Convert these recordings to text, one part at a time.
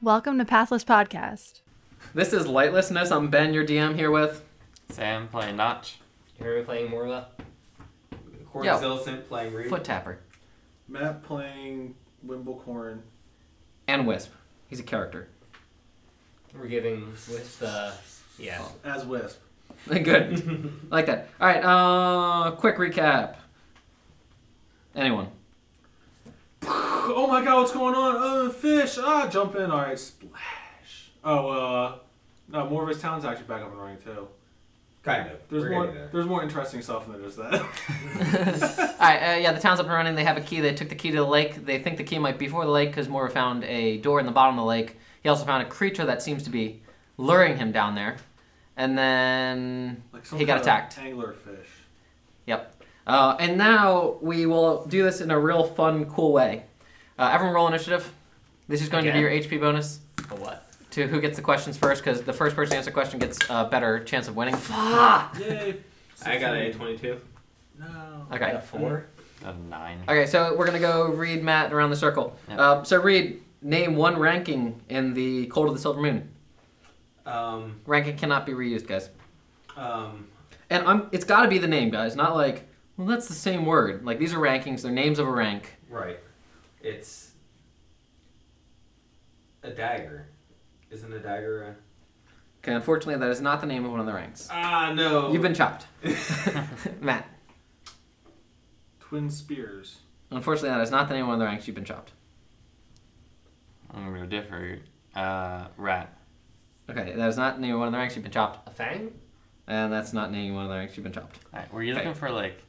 Welcome to Pathless Podcast. This is Lightlessness. I'm Ben, your DM here with. Sam playing Notch. You're playing Morla. Yo. Corey's Illicent playing Rude. Foot Tapper. Matt playing Wimblecorn. And Wisp. He's a character. We're giving with the yeah. as Wisp. Oh. Good. I like that. All right, uh, quick recap. Anyone? Oh my god, what's going on? Oh, fish! Ah, jump in. All right, splash. Oh, uh, no, Morvis Town's actually back up and running too. Kind of. There's We're more. getting there. There's more interesting stuff than just that. All right, uh, yeah, the town's up and running. They have a key. They took the key to the lake. They think the key might be for the lake because Mora found a door in the bottom of the lake. He also found a creature that seems to be luring him down there. And then Like some He got kind of attacked. Angler fish. Yep. Uh, and now we will do this in a real fun, cool way. Uh, everyone roll initiative. This is going to be your Again? HP bonus A what? to who gets the questions first, because the first person to answer a question gets a better chance of winning. Fuck! Yay! I got a Sixteen. twenty-two. No. Okay. A four. Mm-hmm. A nine. Okay, so we're going to go read Matt around the circle. Yep. Uh, so, Reed, name one ranking in the Cold of the Silver Moon. Um. Ranking cannot be reused, guys. Um. And I'm, it's got to be the name, guys, not like, well, that's the same word. Like, these are rankings, they're names of a rank. Right. It's a dagger. Isn't a dagger Okay, unfortunately, that is not the name of one of the ranks. a? Ah Oh. no. You've been chopped. Matt. Twin spears. Oh, Unfortunately, that is not the name of one of the ranks you've been chopped. I'm gonna go different. Uh, rat. Okay, that is not the name of one of the ranks you've been chopped, a fang. and that's not the name of one of the ranks you've been chopped. Alright, were you Okay. looking for like,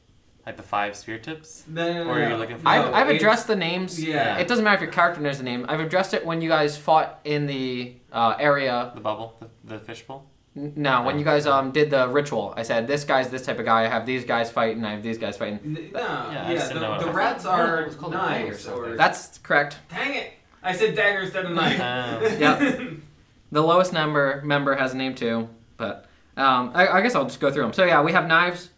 like the five spear tips? No. no, no, Or you're no. looking for- I've, No, I've it's- addressed the names. Yeah. It doesn't matter if your character knows the name. I've addressed it when you guys fought in the uh, area. The bubble, the, the fishbowl. n- No, when you guys um did the ritual. I said this guy's this type of guy. I have these guys fight, and I have these guys fighting. N- No. uh, Yeah. I just didn't know what the, it the was. rats No, it are was called a fang or knives. something. Or That's correct. dang it! I said dagger instead of knife. Oh. Yep. The lowest number member has a name too, but um, I, I guess I'll just go through them. So yeah, we have knives,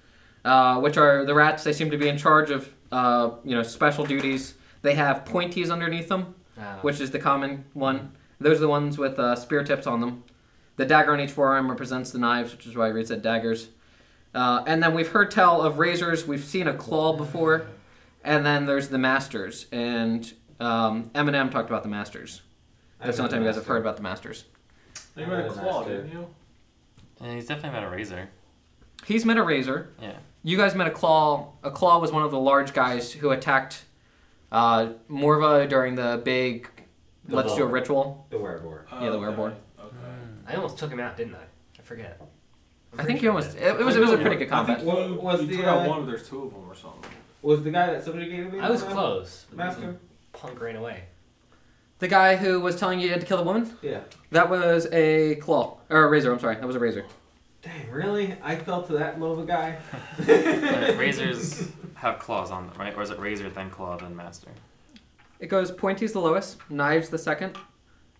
uh, which are the rats. They seem to be in charge of uh, you know special duties. They have pointies underneath them, Um, which is the common one. Those are the ones with uh, spear tips on them. The dagger on each forearm represents the knives, which is why Reed said daggers. Uh, and then we've heard tell of razors. We've seen a claw before, and then there's the masters. And um, Eminem talked about the masters. That's the only time you guys have heard about the Masters. You made a Another claw, master. didn't you? And he's definitely about a razor. He's met a Razor. Yeah. You guys met a Claw. A Claw was one of the large guys who attacked uh, Morva during the big The let's do a ball. ritual. The werewolf. Oh, Yeah, the okay. werebore. Okay. Hmm. I almost took him out, didn't I? I forget. I'm I pretty think he sure almost. did. It, it was it was a pretty good I think combat. you, What was you the, took out uh, one, but there's two of them or something. Was the guy that somebody gave me? I was the close. but Master? Punk ran away. The guy who was telling you you had to kill the woman. Yeah. That was a Claw or a Razor. I'm sorry. That was a Razor. Dang, really? I fell to that low of a guy? But razors have claws on them, right? Or is it razor then claw then master? It goes pointies the lowest, knives the second.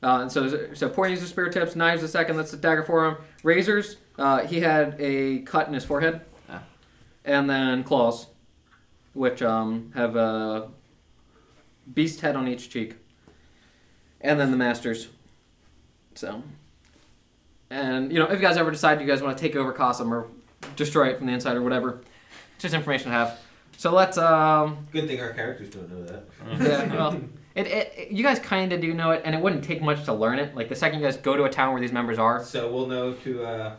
Uh, and so, so pointies are spear tips, knives the second. That's the dagger forearm. Razors, uh, he had a cut in his forehead, Ah. and then claws, which um, have a beast head on each cheek, and then the masters. So, and you know, if you guys ever decide you guys want to take over Cossum or destroy it from the inside or whatever, it's just information to have. So let's um, Good thing our characters don't know that. yeah, well, it, it, it- you guys kind of do know it, and it wouldn't take much to learn it. Like the second you guys go to a town where these members are, So we'll know to uh,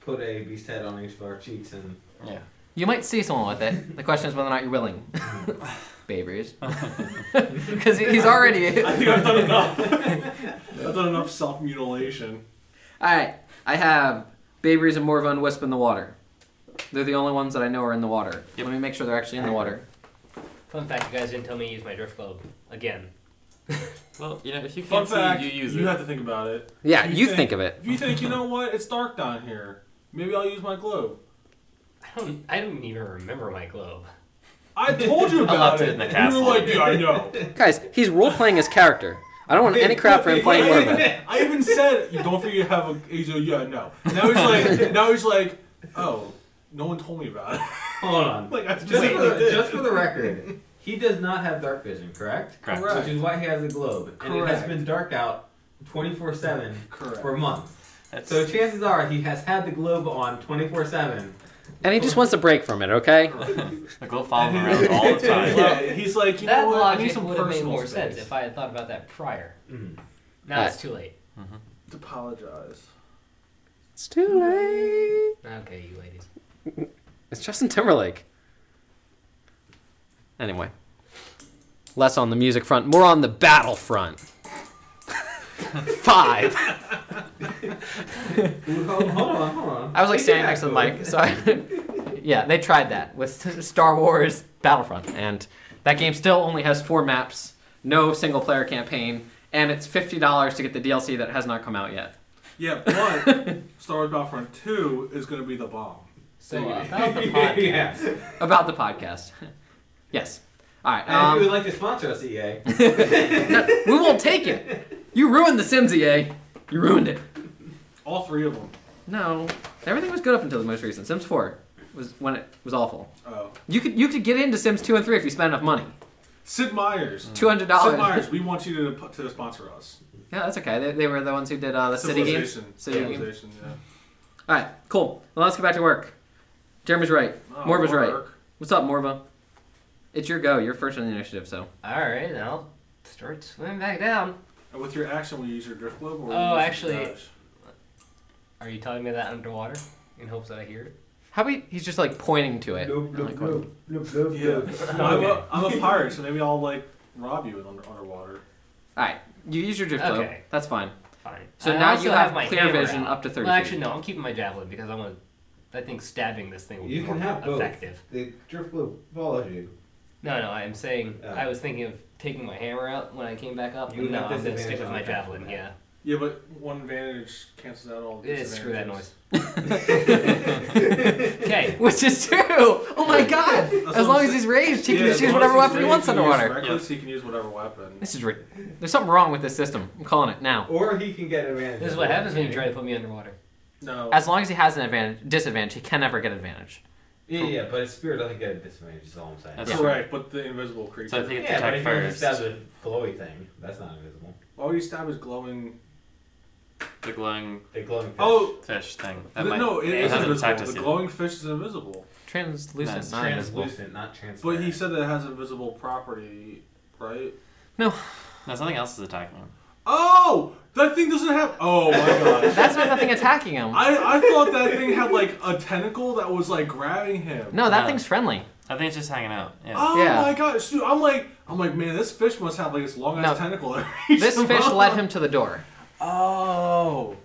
put a beast head on each of our cheeks and. Yeah. you might see someone with it. The question is whether or not you're willing, babies, because he's already. I think I've done enough. I've done enough self mutilation. All right, I have babies and Morva and Wisp in the water. They're the only ones that I know are in the water. Yep. Let me make sure they're actually in the water. Fun fact, you guys didn't tell me to use my drift globe again. Well, you know, if you Fun can't see, fact: you use you it. have to think about it. Yeah, If you think of it. If you think you know what, it's dark down here. Maybe I'll use my globe. I don't. I don't even remember my globe. I told you I about left it in the You castle. were like, dude, I know. Guys, he's role playing his character. I don't want any crap for him playing I even- Morva. I even said, you don't forget you have a. He's like, yeah, no. Now he's like, now he's like, oh, no one told me about it. Hold on. like I Just, specifically for the, did. just for the record, He does not have dark vision, correct? Correct. Correct. Which is why he has the globe. And it has Correct. been dark out 24 7 Correct. for months. That's, So chances are he has had the globe on 24 7. And he just wants a break from it, okay? like we'll follow him around all the time. Yeah, he's like, you that know what? I need logic some would have made personal more space. sense if I had thought about that prior. Mm. Now it's too late. To apologize. It's too late. Okay, you ladies. It's Justin Timberlake. Anyway, less on the music front, more on the battle front. Five. Ooh, hold, hold on, hold on. I was like They standing did next to the have mic, so I, yeah, they tried that with Star Wars Battlefront, and that game still only has four maps, no single player campaign, and it's fifty dollars to get the DLC that has not come out yet. Yeah, but Star Wars Battlefront 2 is going to be the bomb. So globe. uh, about the podcast. yeah. About the podcast, yes. All right, And if you um, would like to sponsor us, E EA. no, we won't take it. You ruined the Sims EA. You ruined it. All three of them. No, everything was good up until the most recent Sims Four was when it was awful. Oh. You could you could get into Sims Two and Three if you spent enough money. Sid Meier's. Two hundred Sid dollars. Meier's, we want you to, to sponsor us. Yeah, that's okay. They, they were the ones who did uh, the city games. Civilization. City games. Civilization, yeah. All right, cool. Well, let's get back to work. Jeremy's right. Oh, Morva's right. work. What's up, Morva? It's your go. You're first on the initiative, so All right, I'll start swimming back down. And with your action, will you use your drift globe? Or will you Oh, use your actually- dodge? Are you telling me that underwater in hopes that I hear it? how about he's just like pointing to it? Nope, and, nope, like, nope, nope, nope, Yeah. nope. Well, I'm, a, I'm a pirate, so maybe I'll, like, rob you with under, underwater. All right, you use your drift globe. Okay. That's fine. Fine. So I now also you have, my clear hammer vision out. up to thirty. Well, feet. actually, no. I'm keeping my javelin because I want. I think stabbing this thing will You be can more have both. effective. The drift globe follows you. No, no. I'm saying Oh. I was thinking of taking my hammer out when I came back up. You but would no, have I'm gonna disadvantage stick with on my attack javelin. from Yeah. that. Yeah, but one advantage cancels out all Eh, Screw that noise. disadvantages. Okay. Which is true. Oh my god! what as long I'm as he's raged, he Yeah, can just as use long whatever as he's weapon he raged, wants can use underwater. reckless, He can use whatever weapon. This is ri- there's something wrong with this system. I'm calling it now. Or he can get advantage. This is what happens when you try to put me underwater. No. As long as he has an advantage, disadvantage, he can never get advantage. Yeah, yeah, but his spirit doesn't get a disadvantage, is all I'm saying. That's- Correct, but the invisible creature. So I think it's yeah, but attack if you first. stab the glowy thing, that's not invisible. all you stab is glowing. The glowing The glowing fish. Oh, fish thing. That th- might, no, it it is hasn't attacked invisible. The us yet. glowing fish is invisible. Translucent, Nice. not invisible. translucent, not transparent. But he said that it has invisible property, right? No, something else is attacking him. Oh! That thing doesn't have. Oh my gosh. That's not that thing attacking him. I, I thought that thing had like a tentacle that was like grabbing him. No, that No. thing's friendly. I think it's just hanging out. Yeah. Oh Yeah. my gosh, dude! I'm like, I'm like, man, this fish must have like this long ass No. tentacle. that This reaches fish up. led him to the door. Oh,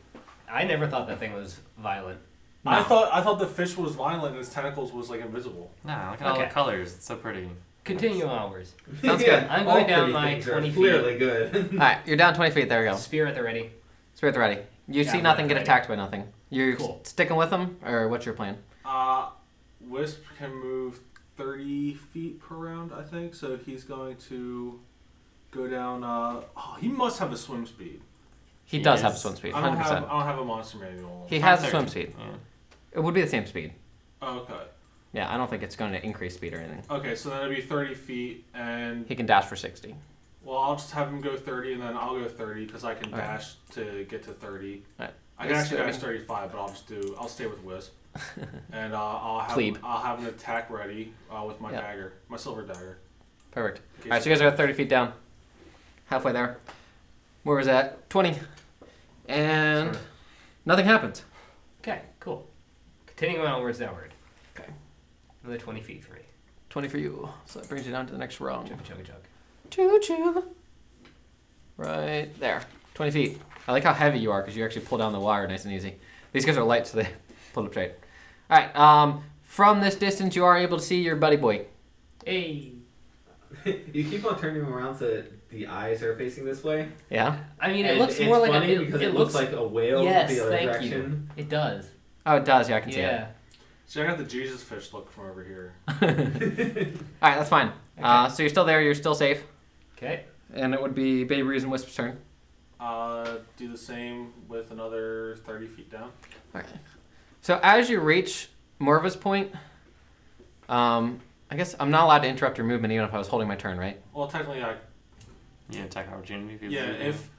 I never thought that thing was violent. I No. thought I thought the fish was violent and its tentacles was like invisible. Nah, look at all the Okay. colors. It's so pretty. Continue onwards. Sounds Yeah, good. I'm all going down pretty my things are 20 feet. Clearly good. All right, you're down 20 feet. There we go. Spear at the ready. Spirit's ready. You Yeah, see I'm nothing get ready. attacked by nothing. You're Cool. sticking with him, or what's your plan? Uh, Wisp can move 30 feet per round, I think. So he's going to go down. Uh, oh, he must have a swim speed. He He does have is- swim speed, I don't 100%. have. um, I don't have a monster manual. He has a 130. swim speed. Yeah. It would be the same speed. Oh, okay. Yeah, I don't think it's going to increase speed or anything. Okay, so that'll be 30 feet, and He can dash for 60. well, I'll just have him go 30, and then I'll go 30 because I can Alright. dash to get to 30. Alright. uh, I can Yes, actually I mean- dash 35, but I'll just do. I'll stay with Wisp, and uh, I'll have Plebe. I'll have an attack ready uh, with my Yeah. dagger, my silver dagger. Perfect. in All case right, so you guys are at 30 feet down. Halfway there. Where was that? 20. And nothing happened. Okay, cool. Continuing onwards downward. Okay. Another 20 feet for me. 20 for you. So that brings you down to the next round. Chugga chugga chug. Choo choo. Right there. 20 feet. I like how heavy you are because you actually pull down the wire nice and easy. These guys are light, so they pull up straight. All right. Um, from this distance, you are able to see your buddy boy. Hey! you keep on turning him around so that the eyes are facing this way. Yeah? I mean, it And looks it's more like funny a, it, because it looks like a whale yes, the other thank direction. you. It does. Oh, it does. Yeah, I can see it. Yeah. So I got the Jesus fish look from over here. All right, that's fine. Uh, so you're still there. You're still safe. Okay. And it would be Babe Reeves and Wisp's turn. Uh, do the same with another 30 feet down. So as you reach Morva's point, um, I guess I'm not allowed to interrupt your movement even if I was holding my turn, right? Well, technically, I You know, attack opportunity. If you yeah. If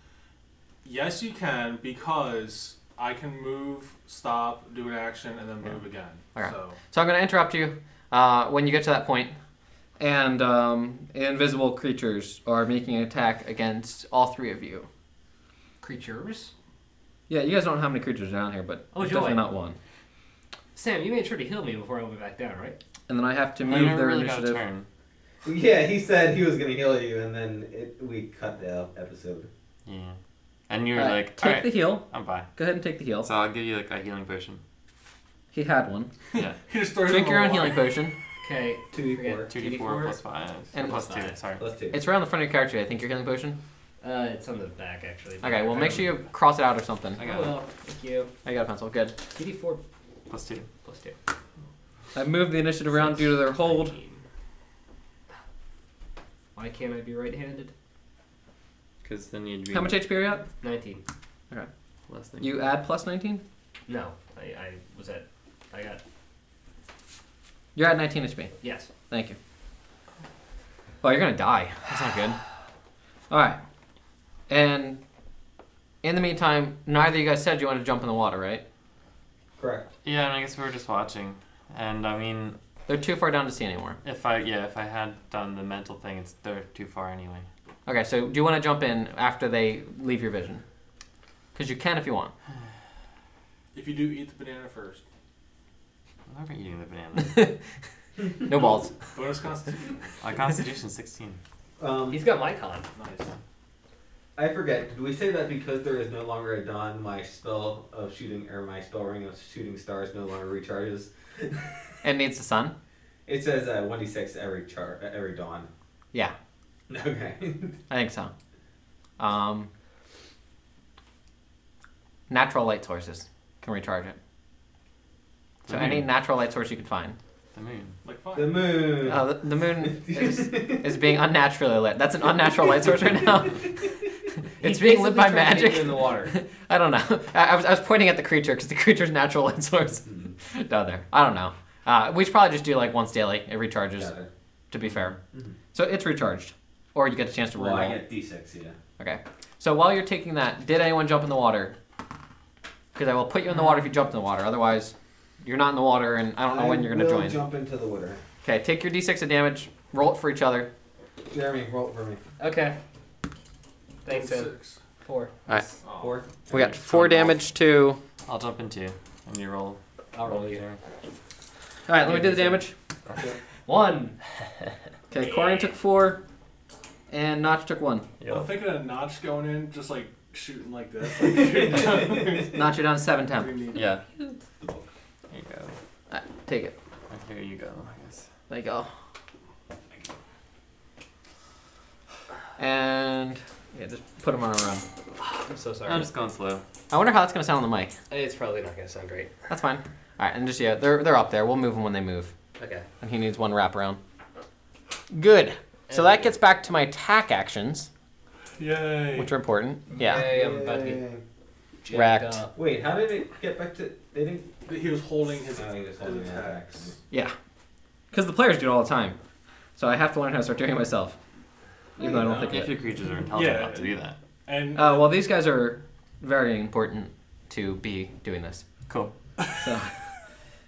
yes, you can because I can move, stop, do an action, and then move again. Alright. So So I'm going to interrupt you uh, when you get to that point, and um, invisible creatures are making an attack against all three of you. Creatures. Yeah, you guys don't know how many creatures are down here, but Oh, it's joy. definitely not one. Sam, you made sure to heal me before I went back down, right? And then I have to you move never their really initiative. got a turn. Yeah, he said he was gonna heal you, and then it, we cut the episode. Yeah. And you're Uh, like, take all right, the heal. I'm fine. Go ahead and take the heal. So I'll give you like a healing potion. He had one. Yeah. he just throws Drink him your own a healing potion. Okay. Two d Forget four Two d four plus five And and plus plus two. five. Sorry. plus two. It's around the front of your character. I think your healing potion. Uh, it's on the back actually. Um, Okay, well make sure you cross it out or something. I I got oh, it. well, thank you. I got a pencil. Good. DD4 Plus two. plus two. I moved the initiative around due to their hold. 19. Why can't I be right-handed? Because then you'd be How much HP are you at? 19. less than You add plus 19. No, I, I was at. I got You're at 19 HP. yes. Thank you. Oh, you're gonna die. That's not good. All right. And in the meantime, neither of you guys said you wanted to jump in the water, right? Correct. Yeah, and I guess we were just watching. And I mean, They're too far down to see anymore. if I yeah, if I had done the mental thing, it's they're too far anyway. Okay, so do you want to jump in after they leave your vision? Because you can if you want. If you do eat the banana first, I'm never eating the banana. No balls. bonus constitution. My Constitution sixteen. Um, He's got my con. nice. I forget. Did we say that because there is no longer a dawn, my spell of shooting or my spell ring of shooting stars no longer recharges? And needs the sun. It says uh, 1d6 every char uh, every dawn. Yeah. Okay. I think so. Um, natural light sources can recharge it. So The any moon. natural light source you can find. The moon. Like fine. the moon. Uh, the, the moon is, is being unnaturally lit. That's an unnatural light source right now. it's He being lit basically by tried to get you magic. in the water. I don't know. I, I, was, I was pointing at the creature because the creature's natural light source Mm-hmm. down there. I don't know. Uh, we should probably just do like once daily. It recharges. Got it. To be fair, Mm-hmm. Mhm. so it's recharged, or you get a chance to Well, reroll. I get d6, yeah. Okay. So while you're taking that, did anyone jump in the water? Because I will put you in the water if you jump in the water. Otherwise, you're not in the water, and I don't know when you're going to will join. jump into the water. Okay, take your d6 of damage, roll it for each other. Jeremy, roll it for me. Okay. Thanks, Sam. Six. Four. Oh. Four. We got four four damage damage to. I'll jump in two, and you roll. I'll roll you. Jeremy. All right, let me do the damage. One. Okay, Corian took four, and Notch took one. I'm thinking of Notch going in, just like shooting like this. Like, shooting down. Notch, you're down to seven temp. Pretty neat. Yeah. There you go. Take it. And here you go. I guess. There you go. And yeah, just put him on a run. I'm so sorry. I'm just going slow. I wonder how that's gonna sound on the mic. It's probably not gonna sound great. That's fine. All right, and just yeah, they're they're up there. We'll move them when they move. Okay. And he needs one wraparound. Good. So that gets back to my attack actions, Yay. which are important. Yeah. Yay, I'm about to get Yay. jacked Racked. up. Wait, how did it get back to? They didn't. He was holding his, Oh, he was his holding it back. attacks. Yeah. Because the players do it all the time. So I have to learn how to start doing it myself. Even though I don't Yeah. think If it. your creatures are intelligent Yeah. enough to do that. And Uh, well, these guys are very important to be doing this. Cool. So,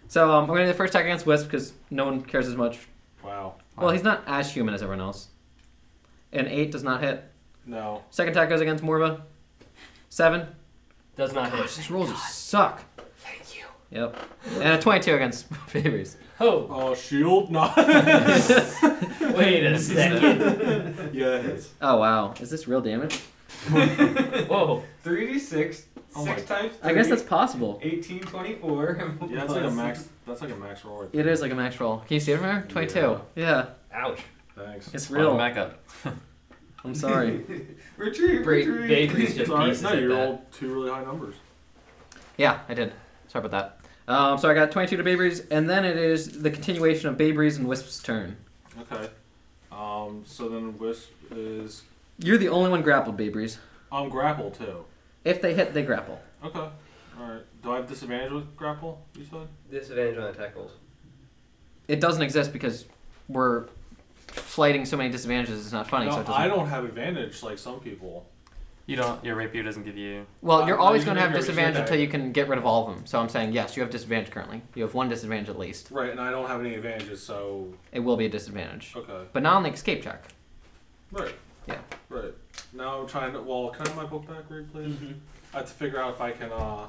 so um, I'm going to do the first attack against Wisp because no one cares as much. wow. Well, he's not as human as everyone else. An 8 does not hit. No. Second attack goes against Morva. 7. Does not Gosh, hit. these rolls just suck. Thank you. Yep. And a 22 against Favors. Oh, Oh, shield? No. wait a second. yeah, it hits. Oh wow, is this real damage? Whoa. Three d six. Oh Six times. I guess 30, that's possible. 18, 24. Yeah, that's like a max. That's like a max roll. right It is like an actual. Can you see it from here? Twenty-two. Yeah, Ouch. there. Thanks. it's Well, real. back up. I'm sorry. Retreat, Bra- retreat. Bakery's just It's all right. pieces No, at you that. rolled two really high numbers. Yeah, I did. Sorry about that. Um, so I got twenty-two to Babry's, and then it is the continuation of Babry's and Wisp's turn. Okay. Um. So then Wisp is. You're the only one grappled, Babry's. I'm grapple too. If they hit, they grapple. Okay. All right. Do I have disadvantage with grapple? You said. Disadvantage on attack rolls. It doesn't exist because we're flighting so many disadvantages. It's not funny. so No, it doesn't. I don't have advantage like some people. You don't. Your rapier doesn't give you. Well, Uh, you're no, always you going to can have make your reason disadvantage until attack. you can get rid of all of them. So I'm saying yes, you have disadvantage currently. You have one disadvantage at least. Right, and I don't have any advantages, so It will be a disadvantage, okay. but not on the escape check. Right. Yeah. Right. Now I'm trying to. Well, can I have my book back, read, please? Mm-hmm. I have to figure out if I can uh,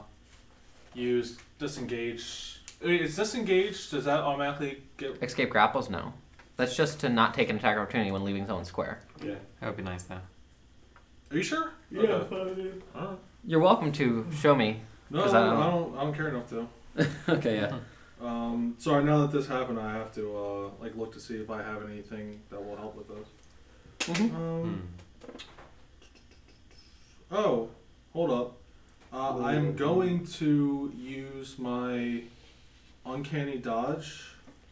use disengage. I mean, is disengage? Does that automatically get? Escape grapples, no. That's just to not take an attack opportunity when leaving someone square. Yeah. That would be nice though. Are you sure? Yeah, Okay. Alright. You're welcome to show me. No, Is no, that- no, I don't. I don't care enough to. okay, yeah. Um, sorry. Now that this happened, I have to uh, like look to see if I have anything that will help with this. Mhm. Hmm. Um, Hmm. Oh, hold up. Uh, I'm going to use my uncanny dodge.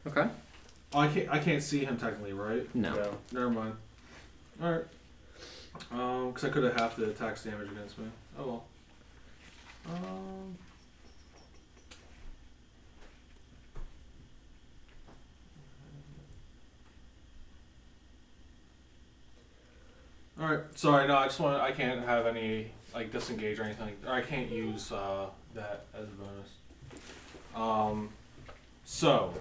Okay. Oh, I can't. I can't see him technically, right? No. Yeah. Never mind. All right. Um, because I could have half the attack's damage against me. Oh well. Um. All right. Sorry. No, I just want. I can't have any like disengage or anything. like- Or I can't use uh, that as a bonus. Um. So.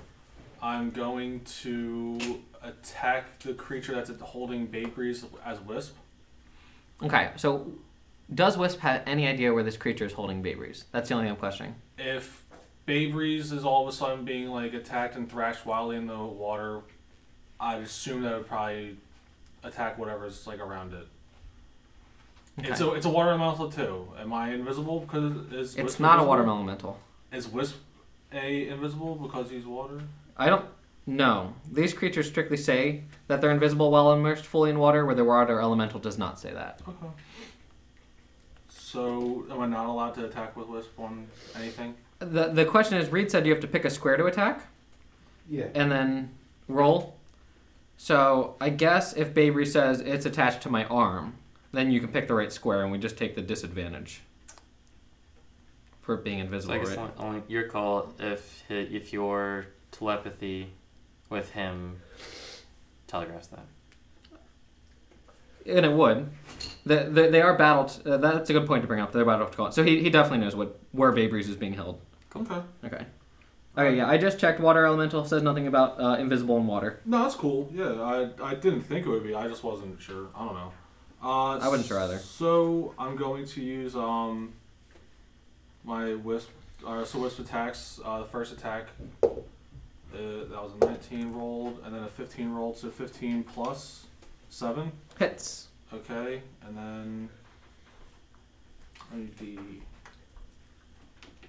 I'm going to attack the creature that's holding bakeries as Wisp. Okay, so does Wisp have any idea where this creature is holding Babies? That's the only thing I'm questioning. If bakeries is all of a sudden being like attacked and thrashed wildly in the water, I'd assume that would probably attack whatever's like around it. It's a it's a water elemental too. Am I invisible because is It's Wisp not a invisible? water elemental. Is Wisp a invisible because he's water? I don't know. These creatures strictly say that they're invisible while immersed fully in water, where the water elemental does not say that. Okay. So am I not allowed to attack with Wisp on anything? The, the question is Reed said you have to pick a square to attack Yeah. and then roll. So I guess if Babery says it's attached to my arm, then you can pick the right square and we just take the disadvantage for it being So invisible, I guess right? only, only your call if hi- if your telepathy with him telegraphs that. And it would. The, the, they are battled. Uh, that's a good point to bring up. They're battled to call. So he, he definitely knows what where Baberies is being held. Okay. Okay. Okay, yeah, I just checked water elemental. Says nothing about uh, invisible in water. No, that's cool. Yeah, I, I didn't think it would be. I just wasn't sure. I don't know. Uh, I wasn't sure either. So I'm going to use um my wisp. Uh, so wisp attacks. Uh, the first attack. Uh, that was a 19 rolled, and then a 15 rolled. So 15 plus seven. Hits. Okay, and then I need the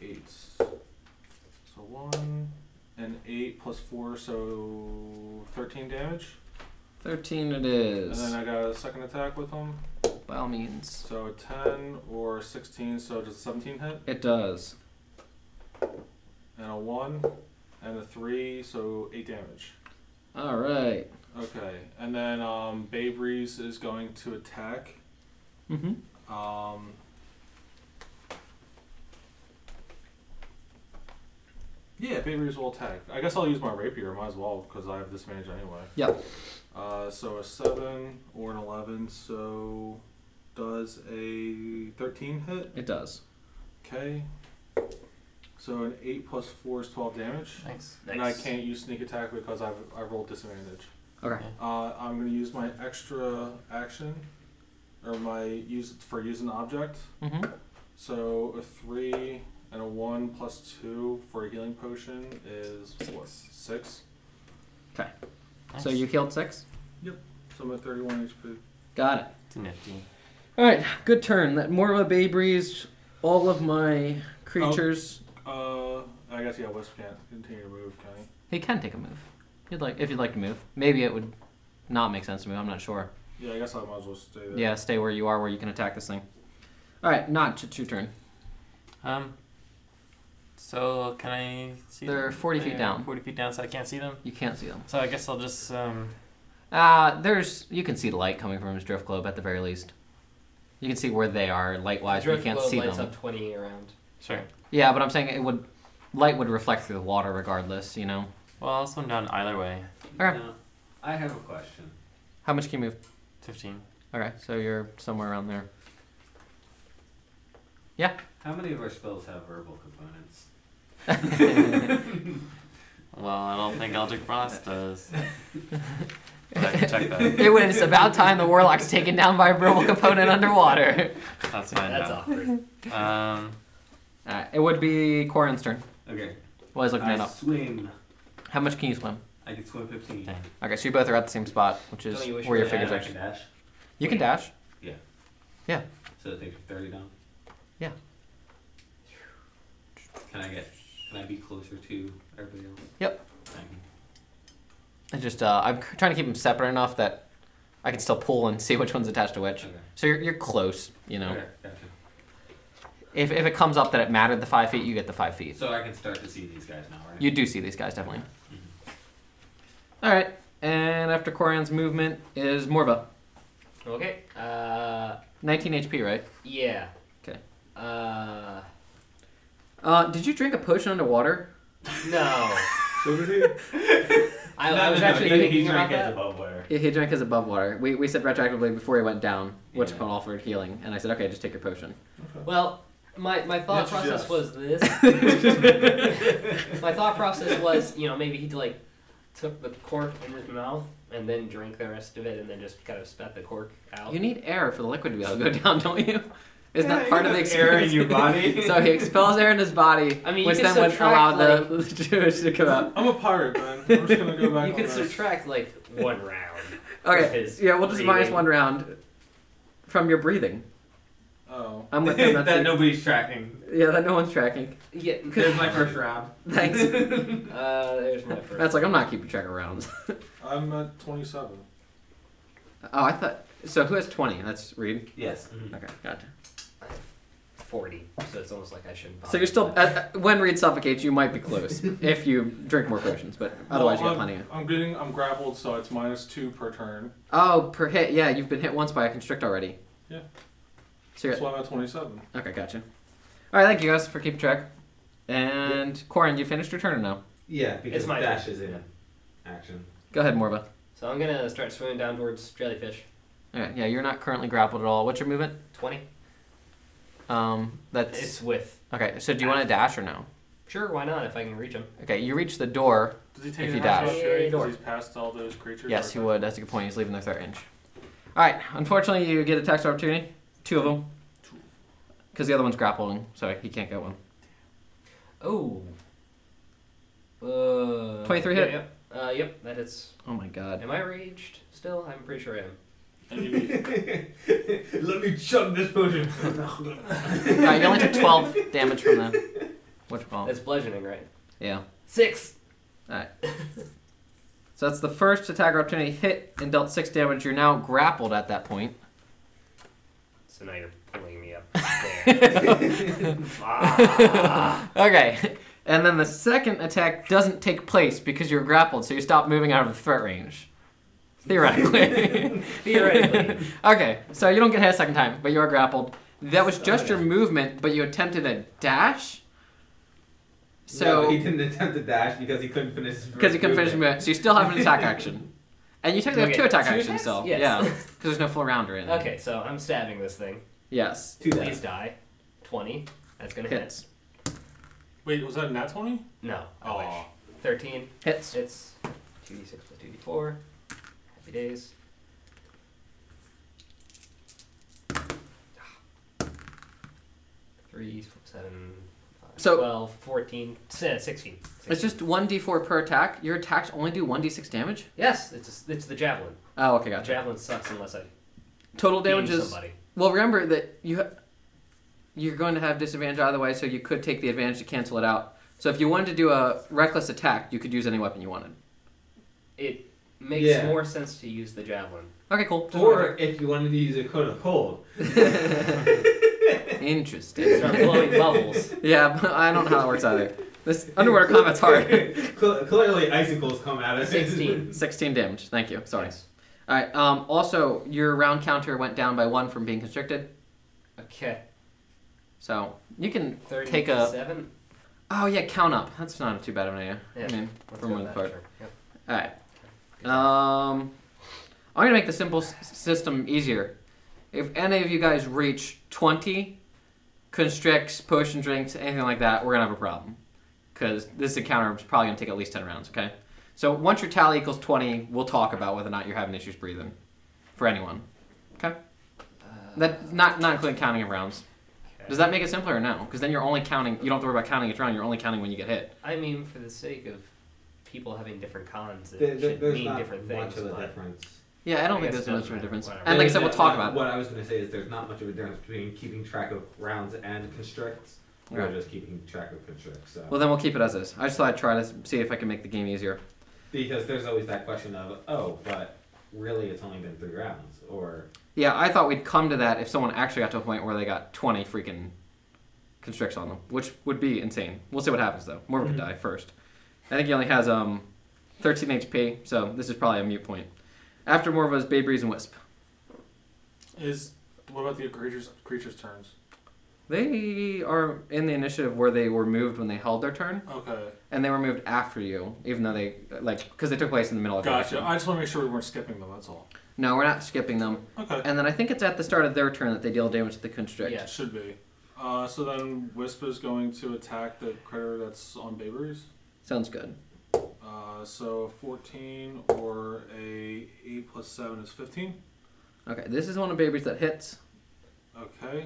eights. So one and eight plus four, so thirteen damage. 13 it And is. then I got a second attack with him, By all means. so a ten or sixteen. So does a seventeen hit? It does. And a one, and a three, so eight damage. All right. Okay, and then um, Bay Breeze is going to attack. Mm-hmm. Um, yeah, Baby will attack. I guess I'll use my rapier, might as well, because I have disadvantage anyway. Yep. Uh, so a 7 or an 11, so does a 13 hit? It does. Okay. So an 8 plus 4 is 12 damage. Nice. And I can't use sneak attack because I've, I rolled disadvantage. Okay. Uh, I'm going to use my extra action, or my use for using object. Mm-hmm. So a three and a one plus two for a healing potion is what six. So you healed six. So I'm at thirty-one HP. Got it. It's nifty. All right. Good turn. That Morva Bay Breeze. All of my creatures. Uh, I guess yeah, Wisp can't continue to move, can he? He can take a move. You'd like if you'd like to move. Maybe it would not make sense to move. I'm not sure. Yeah, I guess I might as well stay there. Yeah. Stay where you are, where you can attack this thing. All right. Notch. It's your turn. Um. So can I see? They're them? 40 feet They're down. Forty feet down, so I can't see them. You can't see them. So I guess I'll just um. Uh, there's you can see the light coming from his drift globe at the very least. You can see where they are light wise, but you Drift can't globe see lights them. up 20 around. Sure. Yeah, but I'm saying it would light would reflect through the water regardless, you know. Well, I'll swim down either way. Okay. Yeah. I have a question. How much can you move? Fifteen. Okay, so you're somewhere around there. How many of our spells have verbal components? Well, I don't think Eldritch Frost does. But I can check that. It was about time the warlock's taken down by a verbal component underwater. That's fine. That's awkward. Um, Alright, Uh, it would be Corin's turn. Okay. While he's looking I that up. swim. How much can you swim? I can swim 15. Dang. Okay, so you both are at the same spot, which is Don't you wish where we your had fingers an are. action dash? You can dash. So it takes me 30 down? Yeah. Can I get, can I be closer to everybody else? Yep. Thank you. It's just uh, I'm c- trying to keep them separate enough that I can still pull and see which one's attached to which. Okay. So you're, you're close, you know. Okay, gotcha. If, if it comes up that it mattered the five feet, you get the five feet. So I can start to see these guys now, right? You do see these guys definitely. Mm-hmm. All right, and after Corian's movement is Morva. Okay. Uh, 19 HP, right? yeah. 'Kay. Uh, Uh, did you drink a potion underwater? no. So did he? I, I was actually thinking about that. above water. He, he drank his above water. We, we said retroactively before he went down, which Yeah. yeah. offered healing, and I said, okay, just take your potion. Well, my, my thought Yes, process yes. was this. my thought process was, you know, maybe he like took the cork in his mouth and then drank the rest of it and then just kind of spat the cork out. You need air for the liquid to be able to go down, don't you? Isn't Yeah, that part you of the have air in experience? your body. so he expels air in his body, I mean, you which can then would allow subtract, the, the Jewish to come out. I'm a pirate, man. I'm just gonna go back. you on could this. subtract like one round. Okay, His yeah, we'll just minus breathing. one round from your breathing. Oh, I'm with him. that That's it. nobody's tracking. Yeah, that no one's tracking. Yeah. There's my first round. Thanks. Uh, there's my first. That's like I'm not keeping track of rounds. oh, I'm at 27. I thought. So who has twenty? That's Reed. Yes. Okay, gotcha. forty, so it's almost like I shouldn't. So you're still at, when Reed suffocates, you might be close if you drink more potions, but otherwise you Well, got plenty. Of. I'm, I'm getting. I'm grappled, so it's minus two per turn. Oh, per hit. Yeah, you've been hit once by a constrict already. Yeah. So That's you're why I'm at 27. okay. Gotcha. All right, thank you guys for keeping track. And Corin, you finished your turn or no? Yeah, because my dash is in action. Go ahead, Morva. So I'm gonna start swimming down towards jellyfish. All right, yeah, you're not currently grappled at all. What's your movement? Twenty. Um, that's It's with. okay. So do you want to dash or no? Sure, why not? If I can reach him. Okay, you reach the door. Does he take If an he action dies. opportunity 'cause Door. he's past all those creatures? Yes, he or- would. That's a good point. He's leaving the third inch. All right. Unfortunately, you get a tax opportunity. Two of them. Because the other one's grappling, so he can't get one. Oh. Uh, 23 yeah, hit? Yep. Uh, yep, that hits. Oh my god. Am I raged still? I'm pretty sure I am. And you beat- Let me chug this potion. All right, you only took 12 damage from the witch ball. That's bludgeoning, right? Yeah. Six. So that's the first attack opportunity hit and dealt six damage. You're now grappled at that point. So now you're pulling me up. there. Ah. Okay. And then the second attack doesn't take place because you're grappled, so you stop moving out of the threat range. Theoretically. Theoretically. okay, so you don't get hit a second time, but you are grappled. That was just your movement, but you attempted a dash. no, he So didn't attempt to dash because he couldn't finish. his because you first couldn't finish your movement. movement, so you still have an attack action, and you technically Do have two I get attack two actions attacks? still. Yes. Yeah, because there's no full round or anything. okay, so I'm stabbing this thing. Yes. Two Please deaths. die. Twenty. That's gonna hit. Hits. Wait, was that a nat Oh. 20? No. I Aw. wish. Thirteen. Hits. It's two d six plus two d four. Happy days. Three, seven, five, So- 12, 14, si- 16. It's just one d4 per attack. Your attacks only do one d6 damage. Yes, it's, it's the javelin. Oh, okay, The gotcha. javelin sucks unless I Total beam damage is somebody. Well, remember that you ha- you're going to have disadvantage either way, so you could take the advantage to cancel it out. So if you wanted to do a reckless attack, you could use any weapon you wanted. It makes Yeah. more sense to use the javelin. Okay, cool. Or if you wanted to use a coat of cold, Interesting. Start blowing bubbles. yeah, but I don't know how that works either. This underwater combat's hard. Cle- Clearly, icicles come out of it. 16. 16 damage. Thank you. Sorry. Nice. All right. Um, also, your round counter went down by one from being constricted. Okay. So you can take a. 37. Oh yeah, count up. That's not too bad of an idea. Yeah. I mean, Let's for go one that part. turn. Yep. All right. Um, I'm gonna make the simple s- system easier. If any of you guys reach 20 constricts, potion drinks, anything like that, we're gonna have a problem because this encounter is probably gonna take at least 10 rounds. Okay. So once your tally equals 20, we'll talk about whether or not you're having issues breathing for anyone. Okay. Uh, That not not including counting of rounds. Does that make it simpler or no? Because then you're only counting. You don't have to worry about counting each round. You're only counting when you get hit. I mean, for the sake of people having different cons, it There- there- should there's mean not different much things. of a but- difference. Yeah, I don't I think guess there's it much doesn't of a matter, difference. whatever. And like I said, we'll Yeah, talk what- about. it. What I was going to say is there's not much of a difference between keeping track of rounds and constricts. We're Right. just keeping track of constricts. So. Well, then we'll keep it as is. I just thought I'd try to see if I can make the game easier. because there's always that question of, oh, but really it's only been three rounds. Or, Yeah, I thought we'd come to that if someone actually got to a point where they got 20 freaking constricts on them, which would be insane. We'll see what happens though. Morgan could die first. I think he only has um 13 HP, so this is probably a mute point. After Morva's Bay Breeze and Wisp. Is what about the creatures creatures turns? They are in the initiative where they were moved when they held their turn, Okay, and they were moved after you, even though they like because they took place in the middle of your gotcha. action. I just want to make sure we weren't skipping them. That's all. No, we're not skipping them. Okay, And then I think it's at the start of their turn that they deal damage to the constrict. Yeah. should be. Uh, so then Wisp is going to attack the critter that's on Baberies. Sounds good. Uh, so 14 or a 8 plus 7 is 15. Okay, this is one of babies that hits. Okay.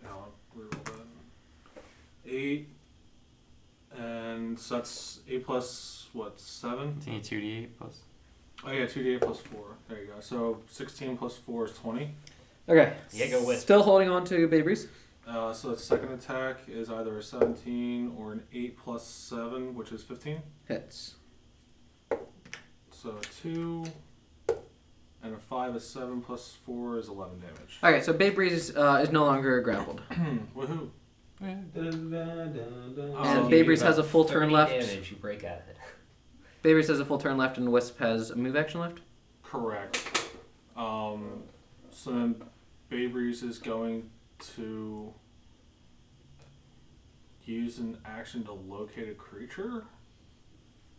Now I'll reroll that. 8. And so that's 8 plus, what, 7? Continue 2d8 plus. Oh yeah, 2d8 plus 4. There you go. So 16 plus 4 is 20. Okay. Yeah, go with. Still holding on to babies. Uh, so the second attack is either a 17 or an 8 plus 7, which is 15. Hits. So 2 and a 5 is 7 plus 4 is 11 damage. All right, so Bay Breeze uh, is no longer grappled, Woohoo. dun, dun, dun, dun. Oh, and you Bay do Breeze about has a full turn 30 left. Damage, you break out of it. Bay Breeze has a full turn left, and Wisp has a move action left. Correct. Um, so then Bay Breeze is going to use an action to locate a creature?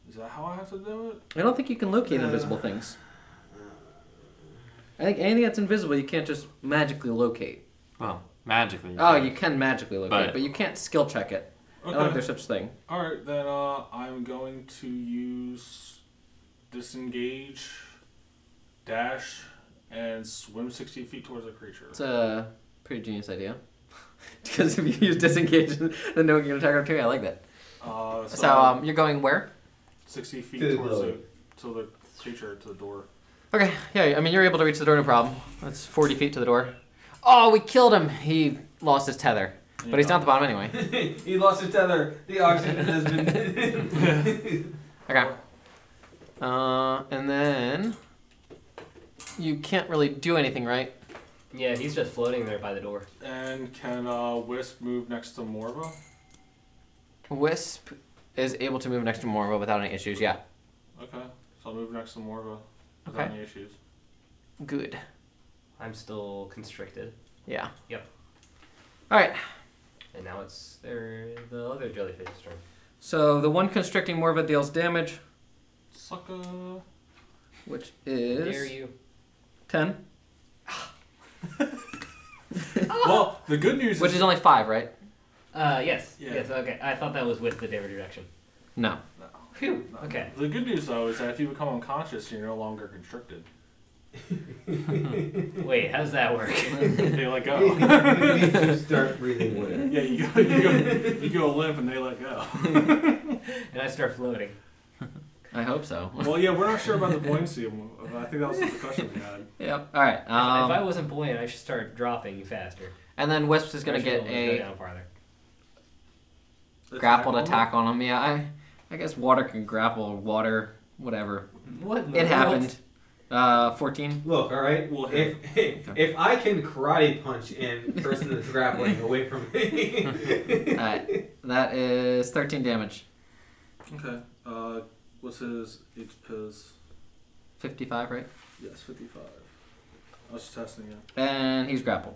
Is that how I have to do it? I don't think you can locate invisible things. I think anything that's invisible, you can't just magically locate. Well, magically. Oh, can. you can magically locate, But- but you can't skill check it. I don't think Okay. there's such thing. Alright, then uh, I'm going to use disengage, dash, and swim 60 feet towards a creature. It's a pretty genius idea. because if you use disengage, then no one can attack opportunity. I like that. Uh, so So um, you're going where? 60 feet To the towards the, lily. to the creature, to the door. Okay, yeah, I mean, you're able to reach the door, no problem. That's 40 feet to the door. Oh, we killed him! He lost his tether. But he's down at Yeah. the bottom anyway. he lost his tether. The oxygen has been. Okay. Uh, and then. You can't really do anything, right? Yeah, he's just floating there by the door. And can uh, Wisp move next to Morva? Wisp is able to move next to Morva without any issues, yeah. Okay, so I'll move next to Morva. Without Okay. any issues. Good. I'm still constricted, Yeah. Yep. Alright, and now it's their, the other jellyfish's turn. so the one constricting Morva deals damage, Sucker. which Dare is. you? 10. well, the good news Which is, is only 5, right? Uh, yes. Yeah. Yes. Okay. I thought that was with the damage reduction. No. Phew. Okay. the good news though is that if you become unconscious, you're no longer constricted. Wait, how's that work? they let go. you start breathing water. yeah, you go, you go, you go limp, and they let go. and I start floating. I hope so. well, yeah, we're not sure about the buoyancy. I think that was the question we had. yep. Alright, If- if I um, wasn't buoyant, I should start dropping faster. and then Wisp is gonna Or should get I go a down farther. Attack grappled on attack on him. Yeah, I, I guess water can grapple water, whatever. What? in the It world? happened. Uh, fourteen. Look, all right. We'll if hit. if I can karate punch in the person that's grappling away from me, Alright, that is thirteen damage. them. Okay. Uh, what's his HPs? Fifty-five, right? Yes, fifty-five. I was just testing it. And he's grappled.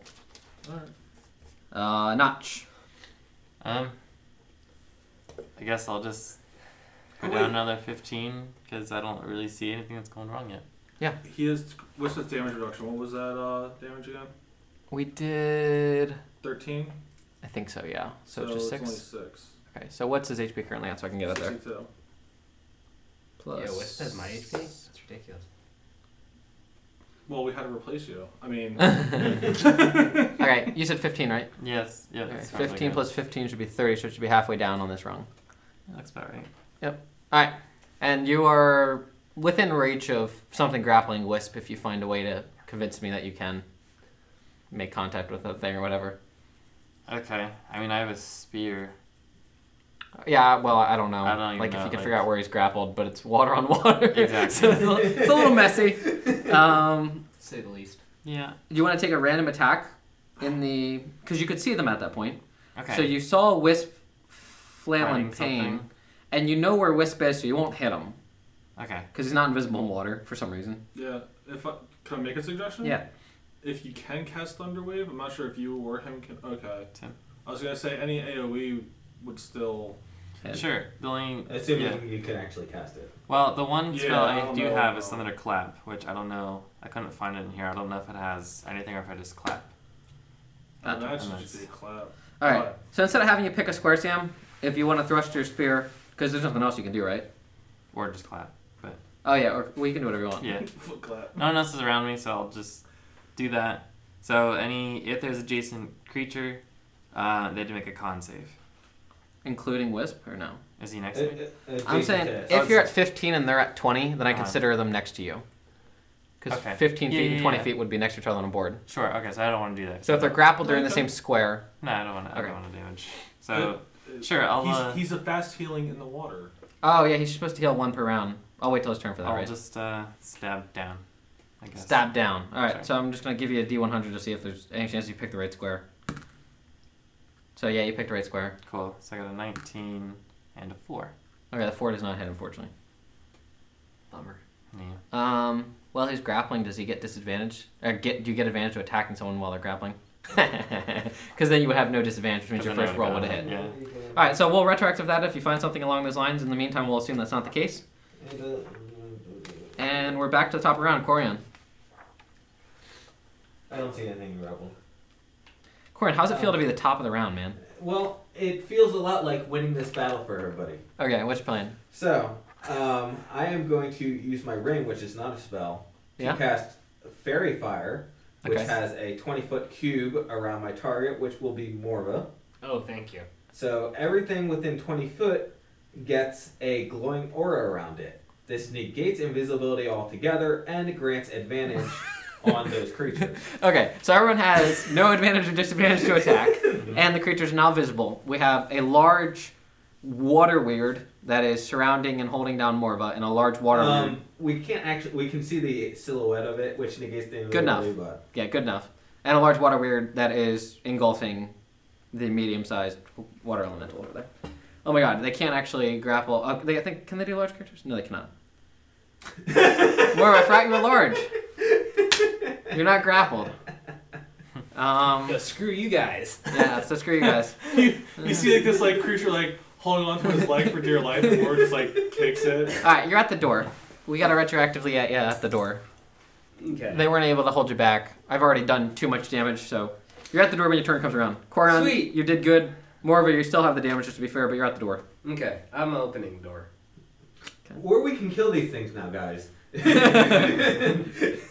All right. Uh, notch. Um, I guess I'll just We're down another 15 because I don't really see anything that's going wrong yet. He is. What's his damage reduction? What was that uh, damage again? We did. Thirteen. I think so. Yeah. So, just it's six. only six. Okay. So what's his HP currently at? So I can get it there. 62. Plus. Yeah, Wisp has my HP. That's ridiculous. Well, we had to replace you. I mean, All right. You said 15, right? Yes. Yeah. All right, That's sounds like 15 it. plus 15 should be 30. So it should be halfway down on this rung. Looks about right. All right. And you are within reach of something grappling Wisp if you find a way to convince me that you can make contact with that thing or whatever. Okay. I mean, I have a spear. Yeah, well, I don't know. I don't even like, if know, you can like- figure out where he's grappled, but it's water on water. Exactly. so it's a, little- it's a little messy. Um, To say the least. Yeah. do you want to take a random attack in the. Because you could see them at that point. Okay. So you saw Wisp flail in Fighting pain, something. and you know where Wisp is, so you won't hit him. Okay. Because he's not invisible in water for some reason. yeah. If I can I make a Hmm. suggestion? If you can cast Thunderwave, I'm not sure if you or him can. Okay. Tim. I was gonna say any AOE would still. Hit. Sure. The only Assuming yeah. you can actually cast it. Well, the one Yeah, spell I I, don't do know. have is Thunder Clap, which I don't know. I couldn't find it in here. I don't know if it has anything or if I just clap. I Ah, imagine nice. just be a clap. All right. So instead of having you pick a square, Sam, if you want to thrust your spear, because there's nothing else you can do, right? Or just clap. But Oh yeah, or well, you can do whatever you want. yeah. Foot clap. No one else is around me, so I'll just do that. So any if there's adjacent creature, uh, they have to make a con save. Including Wisp or no? Is he Uh, next to me? I'm saying if you're at 15 and they're at 20, then I Uh-huh. consider them next to you. Because Okay. 15 Yeah, feet and yeah, 20 yeah. feet would be next to each other on a board. Sure. Okay, so I don't want to do that. So if they're grappled, they're in the Okay. same square. no, I don't want to. I Okay. don't want to damage. So Uh, sure, I'll He's, uh, he's a fast healing in the water. Oh yeah, he's supposed to heal one per round. I'll wait till his turn for that, I'll right? just uh, stab down. I guess. Stab down. All right, Sure. so I'm just gonna give you a D100 to see if there's any chance you pick the right square. So yeah, you picked the right square. Cool. So I got a 19 and a four. Okay, the four does not hit, unfortunately. Bummer. Yeah. Um, well, he's grappling. Does he get disadvantage? Or get do you get advantage of attacking someone while they're grappling? Because then you would have no disadvantage, which means your Because I first know roll would that. have hit. Yeah. All right, so we'll retroactive that if you find something along those lines. In the meantime, we'll assume that's not the case, and we're back to the top of the round. Corian, I don't see anything rebel. Corian, how's it feel to be the top of the round, man? Well, it feels a lot like winning this battle for everybody. Okay, what's your plan? So, um, I am going to use my ring, which is not a spell, to Yeah. cast Fairy Fire, which Okay. has a 20 foot cube around my target, which will be Morva. Oh, thank you. So, everything within 20 foot gets a glowing aura around it. This negates invisibility altogether and grants advantage on those creatures. Okay, so everyone has no advantage or disadvantage to attack, and the creatures are now visible. We have a large water weird that is surrounding and holding down Morva, and a large water weird. Um, we can't actually, we can see the silhouette of it, which negates the invisibility, enough. but Yeah, good enough. And a large water weird that is engulfing the medium-sized water elemental over there. Oh my god, they can't actually grapple. Uh, they, I think can they do large creatures? No, they cannot. Morva, I forgot you were large. You're not grappled. Um, Yo, screw you guys. yeah, so screw you guys. you, you see like this like creature like holding onto his leg for dear life, and War just like kicks it. All right, you're at the door. We gotta retroactively, uh, yeah, yeah, at the door. Okay. They weren't able to hold you back. I've already done too much damage, so you're at the door when your turn comes around. Koron, Sweet. you did good. Morva, you still have the damage, just to be fair, but you're at the door. Okay, I'm opening the door. or we can kill these things now, guys.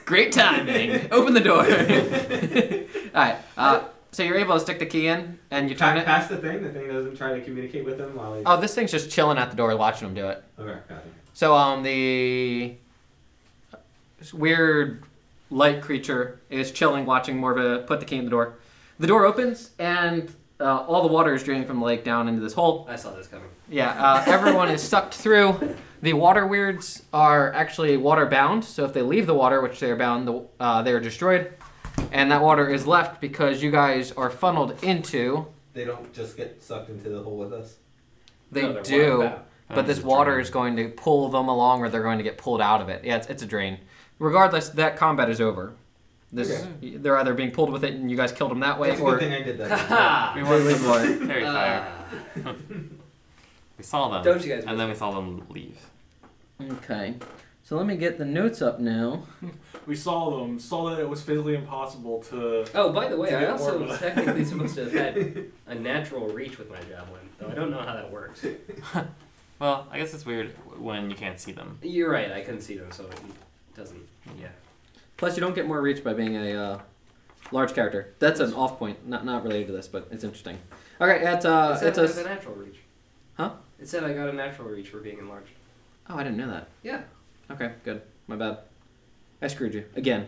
Great timing. Open the door. All right. Uh, so you're able to stick the key in, and you turn Trying to it. pass the thing. The thing doesn't try to communicate with them while he's. Oh, this thing's just chilling at the door, watching them do it. Okay, got it. So um, the this weird light creature is chilling, watching Morva put the key in the door. The door opens, and uh, all the water is draining from the lake down into this hole. I saw this coming. Yeah, uh, everyone is sucked through. The water weirds are actually water bound, so if they leave the water, which they are bound, the, uh, they are destroyed, and that water is left because you guys are funneled into. They don't just get sucked into the hole with us. They No, they're do, wild about. but this water is going to pull them along, or they're going to get pulled out of it. Yeah, it's, it's a drain. Regardless, that combat is over. This they're either being pulled with it, and you guys killed them that way, It's a or good thing I did that. Ha! Uh, We want Fairy fairy fire. Ah. We saw them. Don't you guys And then we saw them leave. Okay. So let me get the notes up now. We saw them, saw that it was physically impossible to. Oh, by the way, To I get also Orba. was technically supposed to have had a natural reach with my javelin, though I don't know how that works. Well, I guess it's weird when you can't see them. You're right, I couldn't see them, so it doesn't. Yeah. Plus, you don't get more reach by being a uh, large character. That's an off point. Not not related to this, but it's interesting. Okay, that's uh, it said it's I a. got a natural reach. Huh? It said I got a natural reach for being enlarged. Oh, I didn't know that. Yeah. Okay, good. My bad. I screwed you again.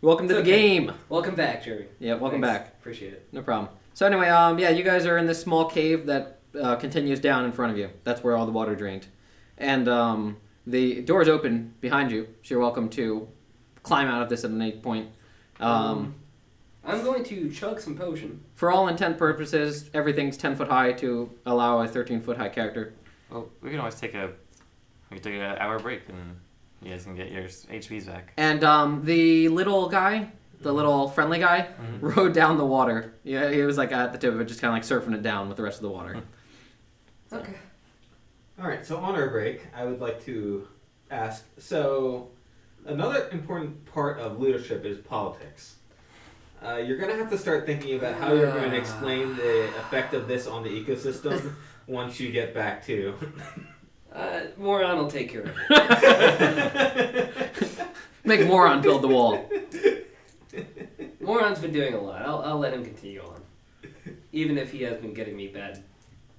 Welcome to It's the okay. game. Welcome back, Jeremy. Yeah, welcome Thanks. back. Appreciate it. No problem. So anyway, um, yeah, you guys are in this small cave that uh, continues down in front of you. That's where all the water drained, and um, the door is open behind you. So you're welcome to climb out of this at any point. Um, I'm going to chug some potion. for all intent purposes, everything's ten foot high to allow a thirteen foot high character. Well, we can always take a we can take an hour break and you guys can get your HPs back. And um, the little guy, the little friendly guy, rode down the water. Yeah, he was like at the tip of it, just kind of like surfing it down with the rest of the water. Okay. All right, so on our break, I would like to ask so, another important part of leadership is politics. Uh, you're going to have to start thinking about how you're going to explain the effect of this on the ecosystem once you get back to. Uh, Moron will take care of it. Make Moron build the wall. Moron's been doing a lot. I'll, I'll let him continue on. Even if he has been getting me bad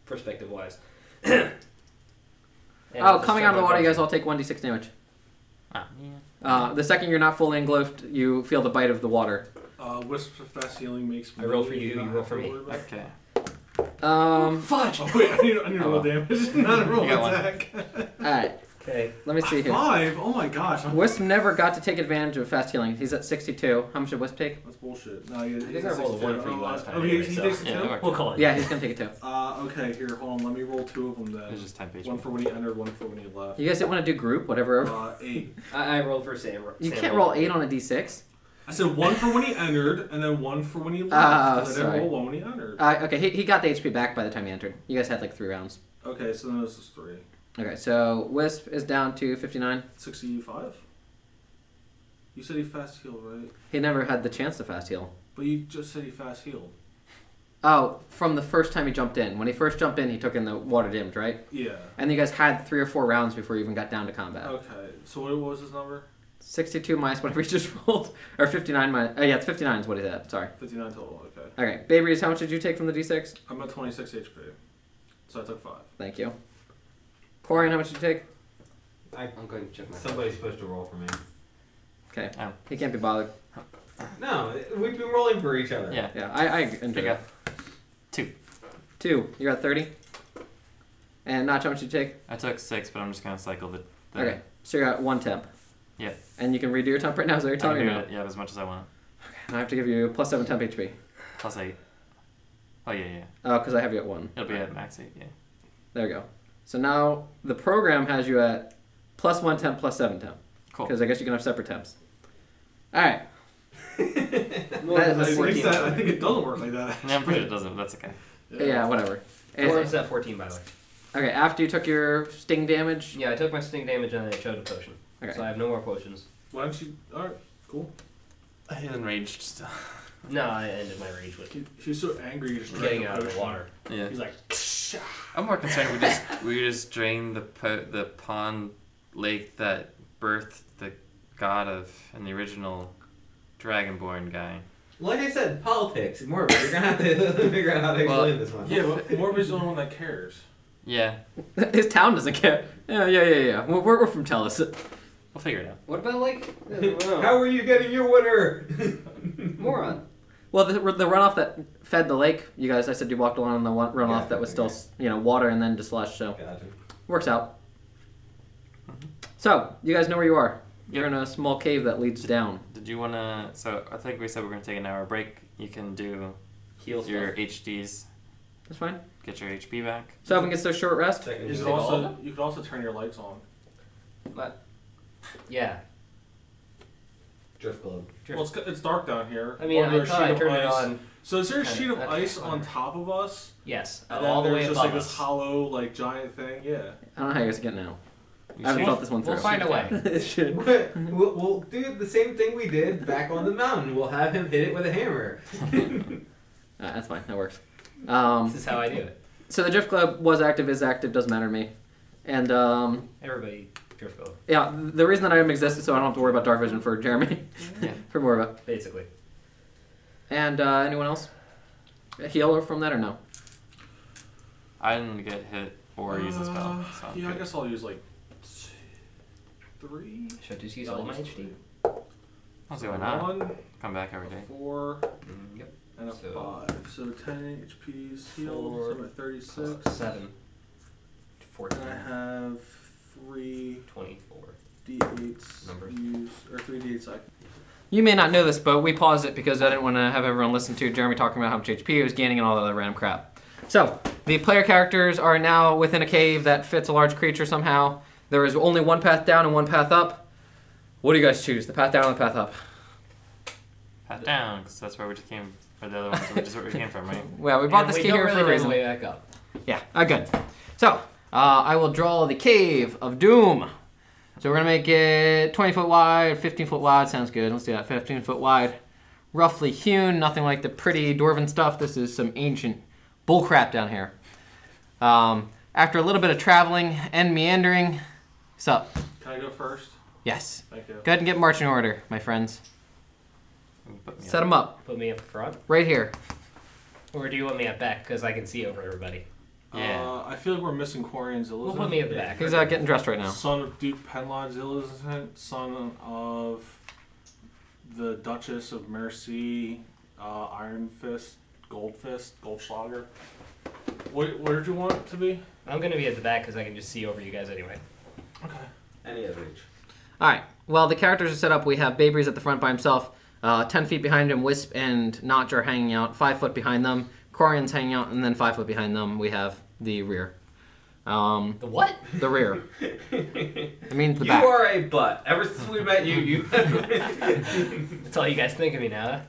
perspective wise. Oh, coming out of the water, you guys all take 1d6 damage. Ah, yeah. Uh, the second you're not fully engulfed, you feel the bite of the water. Uh, Wisps of Fast Healing makes me. I roll for you, not you roll have for to me. worry about it. Okay. Um, Fudge! Oh, wait, I need, I need to Oh, roll well. damage. not a roll You got one. attack. alright, Okay. let me see here. Five? Oh my gosh. I'm- Wisp never got to take advantage of fast healing. He's at 62. How much did Wisp take? That's bullshit. No, he, I think I rolled a one for you last time Oh, he, anyway, he so- takes a two? Yeah, it worked. We'll call it. Yeah, he's gonna take a 2. Uh, okay, here, hold on. Let me roll two of them It was then. just type HP. One for when he entered, one for when he left. You guys didn't want to do group, whatever. Uh, eight. I, I rolled for Sam. You Sam can't roll 8 on a d6. I said one for when he entered, and then one for when he left. Ah, 'cause I sorry. didn't roll one when he entered. Uh, okay, he, he got the HP back by the time he entered. You guys had like 3 rounds. Okay, so then this is three. Okay, so Wisp is down to 59. 65? You said he fast healed, right? He never had the chance to fast heal. But you just said he fast healed. Oh, from the first time he jumped in. When he first jumped in, he took in the water dimmed, right? Yeah. And you guys had three or four rounds before you even got down to combat. Okay, so what was his number? 62 minus whatever you just rolled. Or 59 minus. Oh, yeah, it's 59 is what he said. Sorry. 59 total, okay. Okay. Babe Reeves, how much did you take from the d6? I'm at 26 HP. So I took five. Thank you. Corian, how much did you take? I'm going to check my. Somebody's supposed to roll for me. Okay. Oh. He can't be bothered. No, we've been rolling for each other. Yeah. Yeah, I, I enjoy There you it. go. Two. Two. You're at 30. And Notch, how much did you take? I took six, but I'm just gonna cycle the. the Okay. So you're at one temp. Yeah. And you can redo your temp right now, is that what I you're talking can do about? it, yeah, as much as I want. And I have to give you plus seven temp HP. Plus eight. Oh yeah, yeah. Oh, because I have you at one. It'll be at max eight. Yeah. There we go. So now the program has you at plus one temp, plus seven temp. Cool. Because I guess you can have separate temps. All right. That's Moron's at I think, 14. that, I think it doesn't work like that. Yeah, I'm pretty sure it doesn't. But that's okay. Yeah, whatever. And- Moron's at 14, by the way. okay, after you took your sting damage. Yeah, I took my sting damage and I chugged a potion. Okay. So I have no more potions. Why don't you? All right, cool. He's enraged still. No, I ended my rage with She- She's so angry. You just drank getting her out of the potion. water. Yeah. He's like, I'm more concerned we just we just drain the po- the pond lake that birthed the god of and the original dragonborn guy. Like I said, politics. More of it. You're going to have to figure out how to Well, explain this one. yeah, but Morbius is the only one that cares. Yeah, His town doesn't care. Yeah, yeah, yeah, yeah. We're, we're we're from Tellus. we'll figure it out. What about, like. I don't know. How are you getting your winner? Moron. Well, the, the runoff that fed the lake, you guys, I said you walked along the one runoff Yeah, that was yeah, still, you know, water and then to slush, so Gotcha. works out. So, you guys know where you are. You're Yep. in a small cave that leads down. Did you wanna? So I think we said we're gonna take an hour break. You can do Heals your HDs, That's fine. get your HP back. So, Evan gets their short rest. Second You just could take all of also you could also turn your lights on. Yeah. drift globe. Sure. Well, it's, it's dark down here. I mean, Under I a thought I sheet of turned it ice, on So is there a Kinda- sheet of okay, ice on whatever. top of us? Yes, And all the then way there's above just like us. this hollow, like giant thing. Yeah. I don't know how you guys are getting out. You I haven't should- thought this one through. We'll find a way. It should. We'll, we'll do the same thing we did back on the mountain. We'll have him hit it with a hammer. Uh, that's fine. That works. Um, This is how I do it. so the Drift Club was active, is active, doesn't matter to me. And um, Everybody, drift goal, yeah, the reason that item exists is so I don't have to worry about dark vision for Jeremy, Yeah. for Morva. basically. And uh, anyone else? A healer from that or no? I didn't get hit or use a spell. Uh, So I'm yeah, I good. guess I'll use like t- three. Should I just use No, all my just HD? I'll see why not. One, Come back every a day. four, Mm, Yep. and a So- five. So ten HP's healed. Four so I'm at Plus thirty-six. Seven. And Fourteen. I have three Twenty-four. d8s Numbers. used, or three d8s. I You may not know this, but we paused it because I didn't want to have everyone listen to Jeremy talking about how much HP he was gaining and all that other random crap. So, the player characters are now within a cave that fits a large creature somehow. There is only one path down and one path up. What do you guys choose? The path down or the path up? Pat down, because that's where we just came. Or the other ones, which is where we came from, right? Well, we bought And this we key don't here for really a know reason. The way back up. Yeah, uh, good. So, uh, I will draw the Cave of Doom. So we're going to make it 20 foot wide, 15 foot wide. Sounds good. Let's do that. 15 foot wide. Roughly hewn, nothing like the pretty dwarven stuff. This is some ancient bullcrap down here. Um, after a little bit of traveling and meandering, so Can I go first? yes, Thank you. go ahead and get marching order, my friends. Put me Set up. them up Put me up front, right here. or do you want me at back? Because I can see over everybody. Yeah. Uh, I feel like we're missing Quarian Well, Zillizen. put me at the back. He's uh, getting dressed right now. Son of Duke Penlod Zillizen, son of the Duchess of Mercy, uh, Iron Fist, Gold Fist, Goldschlager. What, where did you want it to be? I'm gonna be at the back because I can just see over you guys anyway. Okay. Any other reach. All right. Well, the characters are set up. We have Babries at the front by himself. Uh, ten feet behind him, Wisp and Notch are hanging out. Five foot behind them, Corian's hanging out, and then five foot behind them, we have the rear. Um, The what? the rear. It means the you back. are a butt. Ever since we met you, you. That's all you guys think of me now. huh?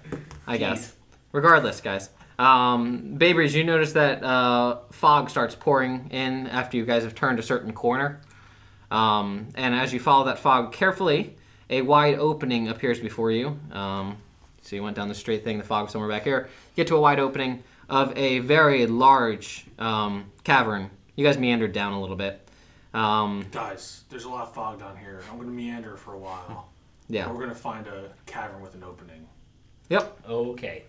I guess. Regardless, guys. Um, Babries, you notice that uh, fog starts pouring in after you guys have turned a certain corner. Um, and as you follow that fog carefully, a wide opening appears before you. Um, so you went down the straight thing, the fog somewhere back here. You get to a wide opening of a very large um, cavern. You guys meandered down a little bit. Um, Guys, there's a lot of fog down here. I'm going to meander for a while. yeah. We're going to find a cavern with an opening. Yep. Okay.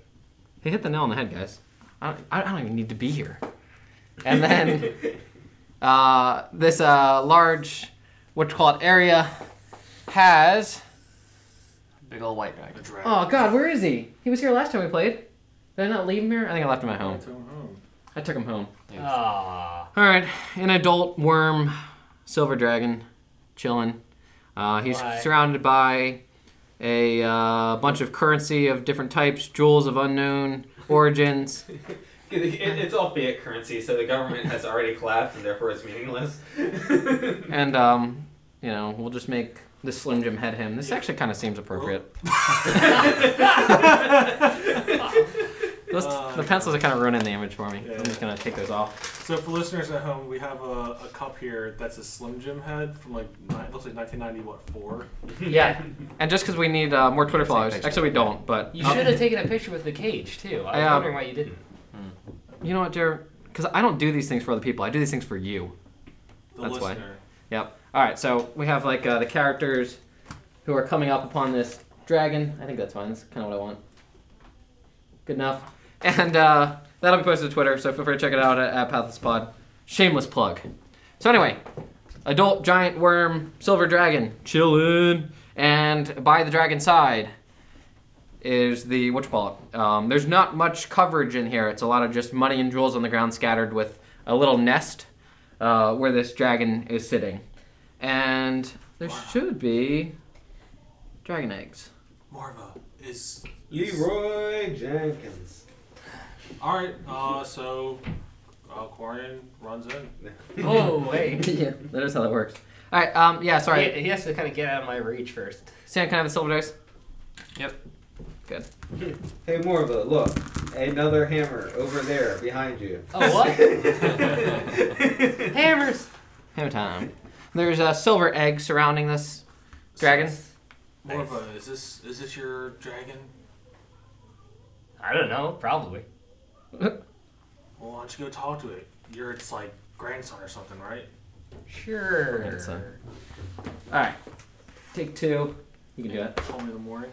He hit the nail on the head, guys. I don't, I don't even need to be here. And then uh, this uh, large, what you call it, area has. Big old white A dragon. dragon. Oh God, where is he? He was here last time we played. Did I not leave him here? I think I left him at home. Take him home. I took him home. Ah. All right, an adult worm, silver dragon, chilling. Uh, he's Why? surrounded by a uh, bunch of currency of different types, jewels of unknown origins. It- it- it's all fiat currency, so the government has already collapsed, and therefore it's meaningless. And um, you know, we'll just make the Slim Jim head him. This actually kind of seems appropriate. Those, the pencils are kind of ruining the image for me. Yeah. I'm just gonna take those off. So for listeners at home, we have a, a cup here that's a Slim Jim head from like ni- looks like 1990 what four. Yeah. And just because we need uh, more Twitter followers, picture. actually we don't. But You um, should have taken a picture with the cage too. I was Yeah. wondering why you didn't. you know what, Jer? Because I don't do these things for other people. I do these things for you. The That's why. listener. Yep. All right. So we have like uh, the characters who are coming up upon this dragon. I think that's fine. That's kind of what I want. Good enough. And uh, that'll be posted to Twitter. So feel free to check it out at, at Pathless Pod. Shameless plug. So anyway, adult giant worm, silver dragon, chillin'. And by the dragon side is the what you call it. Um, there's not much coverage in here. It's a lot of just money and jewels on the ground, scattered with a little nest uh, where this dragon is sitting. And there should be dragon eggs. Marva is Leroy Jenkins. All right. Uh, so uh, Quarian runs in. Oh wait. yeah, that is how that works. All right. Um. Yeah. Sorry. He, he has to kind of get out of my reach first. Sam, can I have the silver dice? Yep. Good. Hey, Morva, look. Another hammer over there behind you. Oh, what? Hammers. Hammer time. There's a silver egg surrounding this dragon. Morva, is this is this your dragon? I don't know. Probably. Well, why don't you go talk to it? You're its like grandson or something, right? Sure. It's a- All right, take two. You can do it. Call me in the morning.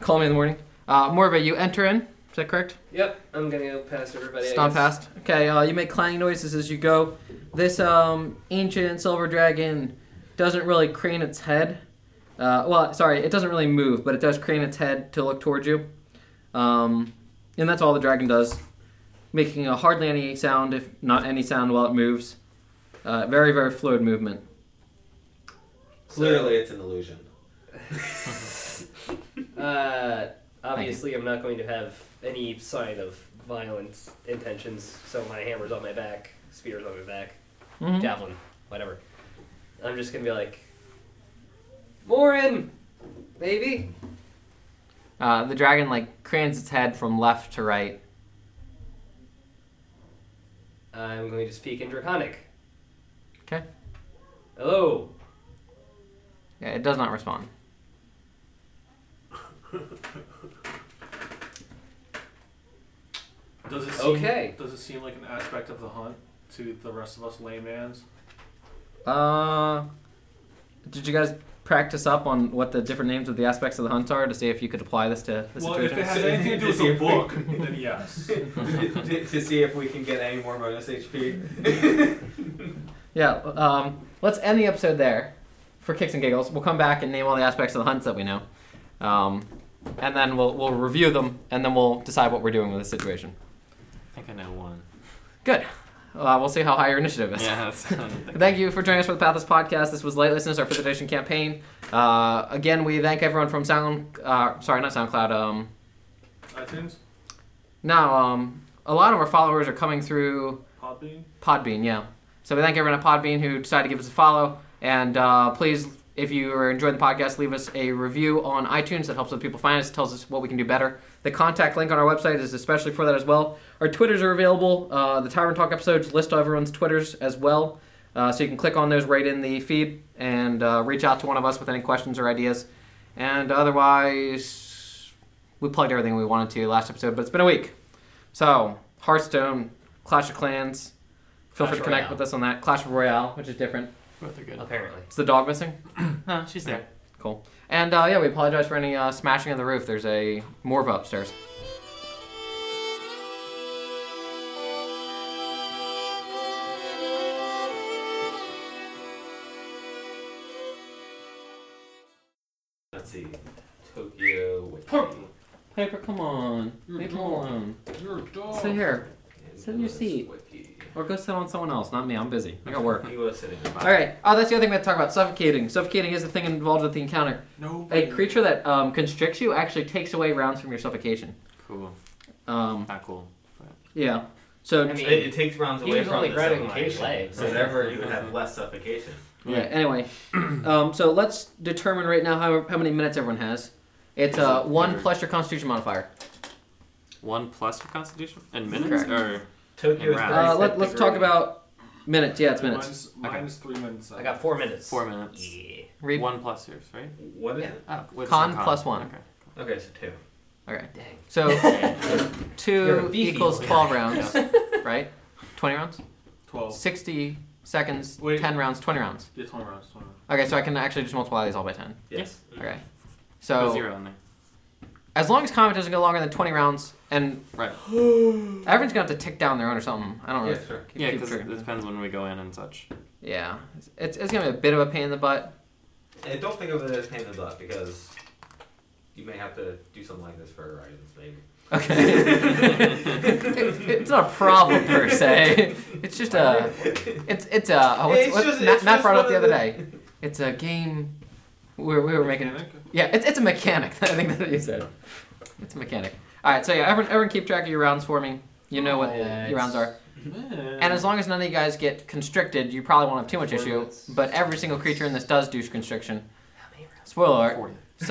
Call me in the morning. Uh, Morva, you enter in. Is that correct? Yep. I'm gonna go past everybody. I Stomp guess. past. Okay, uh, you make clanging noises as you go. This um, ancient silver dragon doesn't really crane its head. Uh, well, sorry, it doesn't really move, but it does crane its head to look towards you. Um, and that's all the dragon does, making uh hardly any sound, if not any sound, while it moves. Uh, very, very fluid movement. Clearly, it's an illusion. Uh, obviously, I'm not going to have any sign of violent intentions, so my hammer's on my back, spear's on my back, Mhm. javelin, whatever. I'm just gonna be like, Morin, baby. Uh, the dragon like cranes its head from left to right. I'm going to speak in Draconic. Okay. Hello. Yeah, it does not respond. Does it seem, Okay. Does it seem like an aspect of the hunt to the rest of us laymans? Uh, did you guys practice up on what the different names of the aspects of the hunt are to see if you could apply this to the Well, if situation? it has anything to do with the Did you- book, then yes. to, to see if we can get any more bonus HP. Yeah. Um, let's end the episode there for kicks and giggles. We'll come back and name all the aspects of the hunts that we know, um, and then we'll we'll review them and then we'll decide what we're doing with this situation. I think I know one. Good. Uh, we'll see how high your initiative is. Yeah, that's Thank you for joining us for the Pathless Podcast. This was Lightlessness, our fifth edition campaign. Uh, again, we thank everyone from Sound. Uh, sorry, not SoundCloud. Um, iTunes, Now, um, a lot of our followers are coming through Podbean. Podbean, yeah. So we thank everyone at Podbean who decided to give us a follow. And uh, please, if you are enjoying the podcast, leave us a review on iTunes. That helps other people find us, tells us what we can do better. The contact link on our website is especially for that as well. Our Twitters are available. Uh, the Tavern Talk episodes list everyone's Twitters as well. Uh, so you can click on those right in the feed and uh, reach out to one of us with any questions or ideas. And otherwise, we plugged everything we wanted to last episode, but it's been a week. So, Hearthstone, Clash of Clans. Feel free Clash to connect Royale. with us on that. Clash Royale, which is different. Both are good. Apparently. Is the dog missing? Uh-huh, No, she's there. Cool. And uh, yeah, we apologize for any uh, smashing of the roof. There's a Morva upstairs. Let's see. Tokyo. Witch. Piper, come on. Leave him alone. You're a Oh. dog. Sit here. Sit in your Endless seat. wiki. Or go sit on someone else. Not me. I'm busy. I got work. He was sitting. in my- All right. Oh, that's the other thing we have to talk about. Suffocating. Suffocating is the thing involved with the encounter. No. A creature that um, constricts you actually takes away rounds from your suffocation. Cool. Um, Not cool. yeah. So I mean, It, it takes rounds He away was from only the grabbing my suffocation, legs. so therefore you would have less suffocation. Yeah. Anyway, um, so let's determine right now how, how many minutes everyone has. It's uh, one plus your Constitution modifier. One plus your constitution in minutes, Correct. or Tokyo is Right. the Uh, nice let, that let's the talk group- about minutes. Yeah, it's minutes. Mine's, mine's three minutes. uh, I got four minutes. four minutes. Yeah. Read. One plus yours, right? What is it? Oh, what's Uh, Con the plus one. Okay. Okay, so two. Okay. Dang. So You're a two beefy equals boy. twelve rounds, right? Twenty rounds. twelve. Sixty seconds. Oh. Wait. Ten rounds. Twenty rounds. Yeah, twenty rounds. Twenty rounds. Okay, so I can actually just multiply these all by ten. Yes. Okay. Put So zero in there. as long as comment doesn't go longer than twenty rounds, and Right. everyone's gonna have to tick down their own or something. I don't know. Yeah, sure. Keep- Yeah, keep because track. it depends when we go in and such. Yeah, it's, it's gonna be a bit of a pain in the butt. And don't think of it as pain in the butt because you may have to do something like this for Horizons, maybe. Okay, It- it's not a problem per se. It's just a, it's it's a. oh, what's, It's what, just- Matt, it's Matt just brought it up one the of other day. the- It's a game. We were, we were making Mechanic? Yeah, it's, it's a mechanic. I think that's what you said. It's a mechanic. All right, so yeah, everyone, everyone keep track of your rounds for me. You know what Yeah, your rounds it's- are. And as long as none of you guys get constricted, you probably won't have too much Four issue. minutes. But every single creature in this does do constriction. How many rounds? Spoiler alert. Forty. So,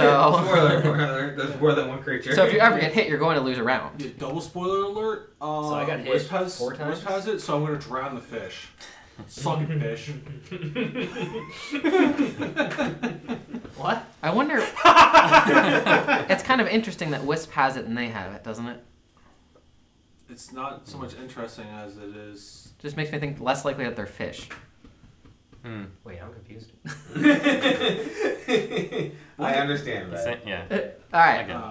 spoiler alert, there's more than one creature. so if you ever get hit, you're going to lose a round. Yeah, double spoiler alert. Um, I got hit Wisp has, four times? Wisp has it, so I'm gonna drown the fish. Suck it, fish. What? I wonder. it's kind of interesting that Wisp has it and they have it, doesn't it? It's not so much interesting as it is. Just makes me think less likely that they're fish. Hmm. Wait, I'm confused. I understand It's that. not- yeah. All right. Okay. Uh,